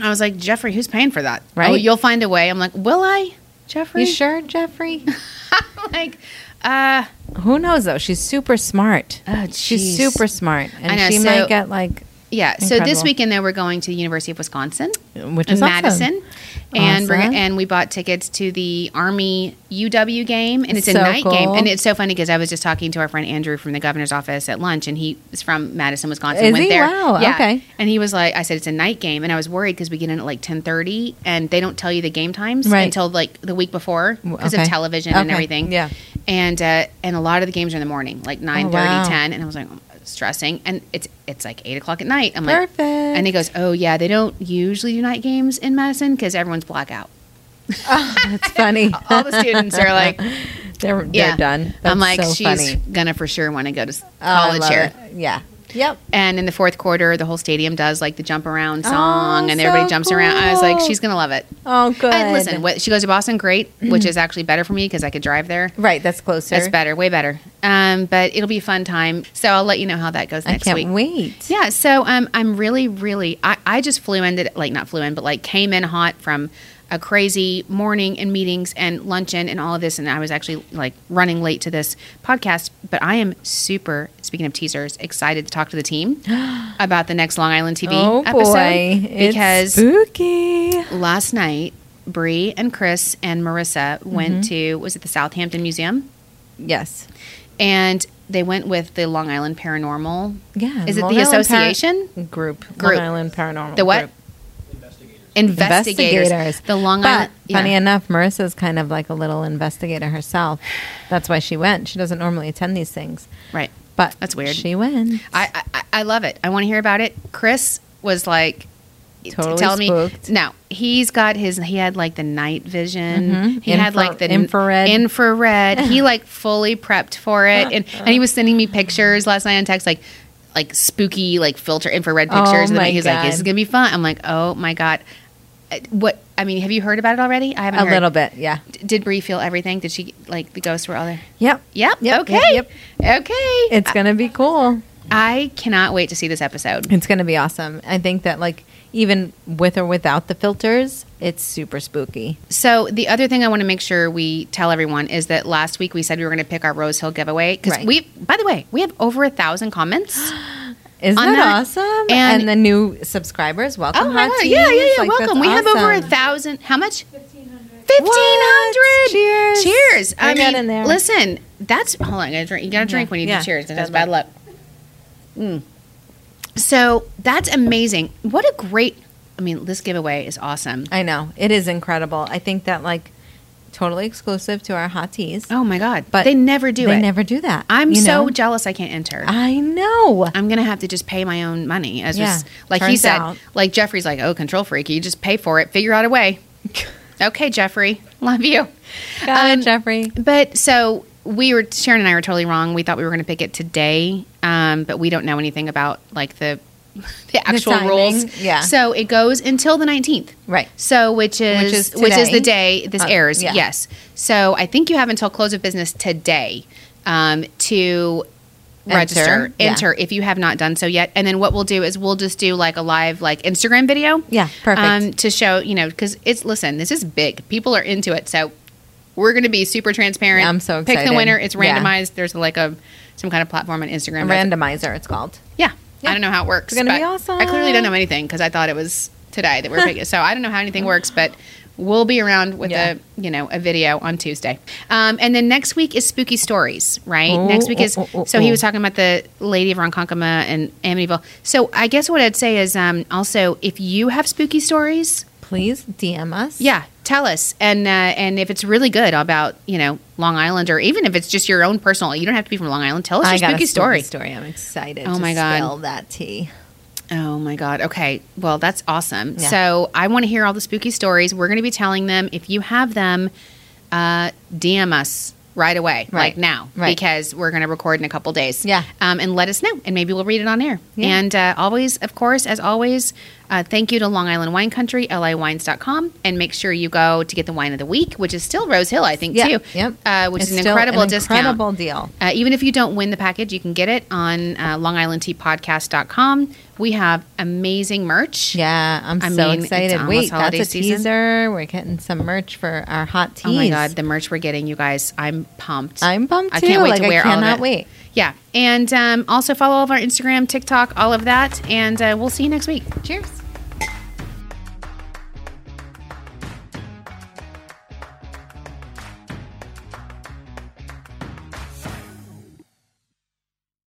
I was like, Jeffrey, who's paying for that? Right. Oh, you'll find a way. I'm like, will I, Jeffrey? You sure, Jeffrey? I'm like, uh. Who knows though? She's super smart. Oh, She's jeez. super smart, and I know, she so- might get like Yeah. So this Incredible. weekend though, we're going to the University of Wisconsin which in is awesome. Madison, and we're Awesome. gonna- and we bought tickets to the Army UW game, and it's So a night game, cool. and it's so funny because I was just talking to our friend Andrew from the governor's office at lunch, and he is from Madison, Wisconsin. Is went he? there, Wow, okay. And he was like, I said it's a night game, and I was worried because we get in at like ten thirty, and they don't tell you the game times Right. until like the week before because okay. of television and Okay, everything. yeah. Oh, And uh, and a lot of the games are in the morning, like 9, wow. 10. and I was like "Oh, stressing, and it's it's like eight o'clock at night. I'm like, Perfect. and he goes, "Oh yeah, they don't usually do night games in Madison because everyone's blackout. That's funny. All the students are like, Oh. yeah. they're they're done. I'm That's like, so she's funny. gonna for sure want to go to s- Oh, I college love here. it. Yeah. Yep. And in the fourth quarter, the whole stadium does like the jump around Oh, song, and so everybody jumps around. I was like, cool. she's gonna love it. Oh, good. Mm-hmm. And listen, what, she goes to Boston, great, which is actually better for me because I could drive there. right? That's closer. That's better, way better. Um, but it'll be a fun time. So I'll let you know how that goes I next can't week. wait. Yeah, so um, I'm really, really, I, I just flew in, to- like not flew in, but like came in hot from a crazy morning and meetings and luncheon and all of this. And I was actually like running late to this podcast, but I am super, speaking of teasers, excited to talk to the team about the next Long Island TV Oh episode. boy, it's because spooky. last night, Bree and Chris and Marissa went Mm-hmm. to, was it the Southampton Museum? Yes. And they went with the Long Island Paranormal. Yeah. Is it Long the Island Par- association? group? Group. Long Island Paranormal. The what? Group. investigators. The Long Island. But funny yeah. enough, Marissa's kind of like a little investigator herself. That's why she went. She doesn't normally attend these things. Right. But That's weird. She wins. I, I- I, I love it. I want to hear about it. Chris was like, t- Totally tell me spooked. now. He's got his. He had like the night vision. Mhm. He had Infra- like the n- infrared. Infrared. he like fully prepped for it, and and he was sending me pictures last night on text, like like spooky like filter infrared Oh pictures. and my he was like, "This is God. gonna be fun." I'm like, "Oh my god." Uh, What I mean, have you heard about it already? I haven't. a heard. little bit, yeah. D- Did Bree feel everything? Did she like the ghosts were all there? Yep. Yep. Yep, okay. yep, Okay. It's gonna be cool. I cannot wait to see this episode. It's gonna be awesome. I think that like even with or without the filters, it's super spooky. So the other thing I want to make sure we tell everyone is that last week we said we were going to pick our Rose Hill giveaway because Right. we, by the way, we have over a thousand comments. Isn't On that, that- awesome? and- And, the new subscribers, welcome. oh my Hot god! Yeah, yeah, Teas. yeah. Like, that's Welcome. We have over a awesome. thousand. How much? 1500. Fifteen What? hundred. Cheers. Cheers. I Bring that mean, in there. listen. That's hold on. I gotta drink. You gotta drink Yeah, when you yeah. do cheers. 'cause That's bad Bad luck. Mm. So that's amazing. What a great. I mean, this giveaway is awesome. I know it is incredible. I think that like totally exclusive to our hot teas. Oh my god! But But they never do they it. never do that. I'm you so know? jealous. I can't enter. I know. I'm gonna have to just pay my own money. As Yeah, just, like he turns said, out. like Jeffrey's like, oh, control freak, you just pay for it, figure out a way. okay, Jeffrey, love you. Got Um, it, Jeffrey. But so we were Sharon and I were totally wrong. We thought we were gonna pick it today, um, but we don't know anything about like the the actual timing, rules. yeah. So it goes until the 19th. Right. So which is which is, is the today. day this Uh, airs. yeah. Yes. So I think you have until close of business today um, to Enter, register, yeah. enter if you have not done so yet. And then what we'll do is we'll just do like a live like Instagram video. Yeah, perfect. Um, to show you know because it's listen this is big. People are into it so. We're going to be super transparent. Yeah, I'm so Pick the excited. winner. It's Yeah. randomized. There's like a some kind of platform on Instagram. that's- Randomizer, it's called. yeah. Yeah. I don't know how it works. It's gonna but be awesome. I clearly don't know anything because I thought it was today that we're picking. So I don't know how anything works, but we'll be around with Yeah. a you know a video on Tuesday. Um, and then next week is spooky stories, right? next week Ooh, is ooh, ooh, so he ooh. was talking about the Lady of Ronkonkoma and Amityville. So I guess what I'd say is um, also if you have spooky stories, Please DM us. yeah, tell us. And uh, and if it's really good about you know Long Island or even if it's just your own personal, you don't have to be from Long Island. Tell us I your got spooky a story. story. story. I'm excited. Oh to my God. Spill that tea. Oh my God. Okay. Well, that's awesome. Yeah. So I want to hear all the spooky stories. We're going to be telling them. If you have them, uh, DM us right away, like Right. now, Right. because we're going to record in a couple days. Yeah. Um, and let us know, and maybe we'll read it on air. Yeah. And uh, always, of course, as always, uh, thank you to Long Island Wine Country, lawines.com, and make sure you go to get the wine of the week, which is still Rose Hill, I think, Yeah. too. Yep. Uh, which It's is an still incredible an discount. Incredible deal. Uh, even if you don't win the package, you can get it on uh, longislandteapodcast.com. We have amazing merch. Yeah, I'm I so mean, it's excited. almost Wait, that's holiday a season. teaser. We're getting some merch for our hot teas. Oh my God, the merch we're getting, you guys. I'm pumped. I'm pumped I can't too. wait Like, to I wear all of cannot it. wait. Yeah. And um, also follow all of our Instagram, TikTok, all of that. And uh, we'll see you next week. Cheers.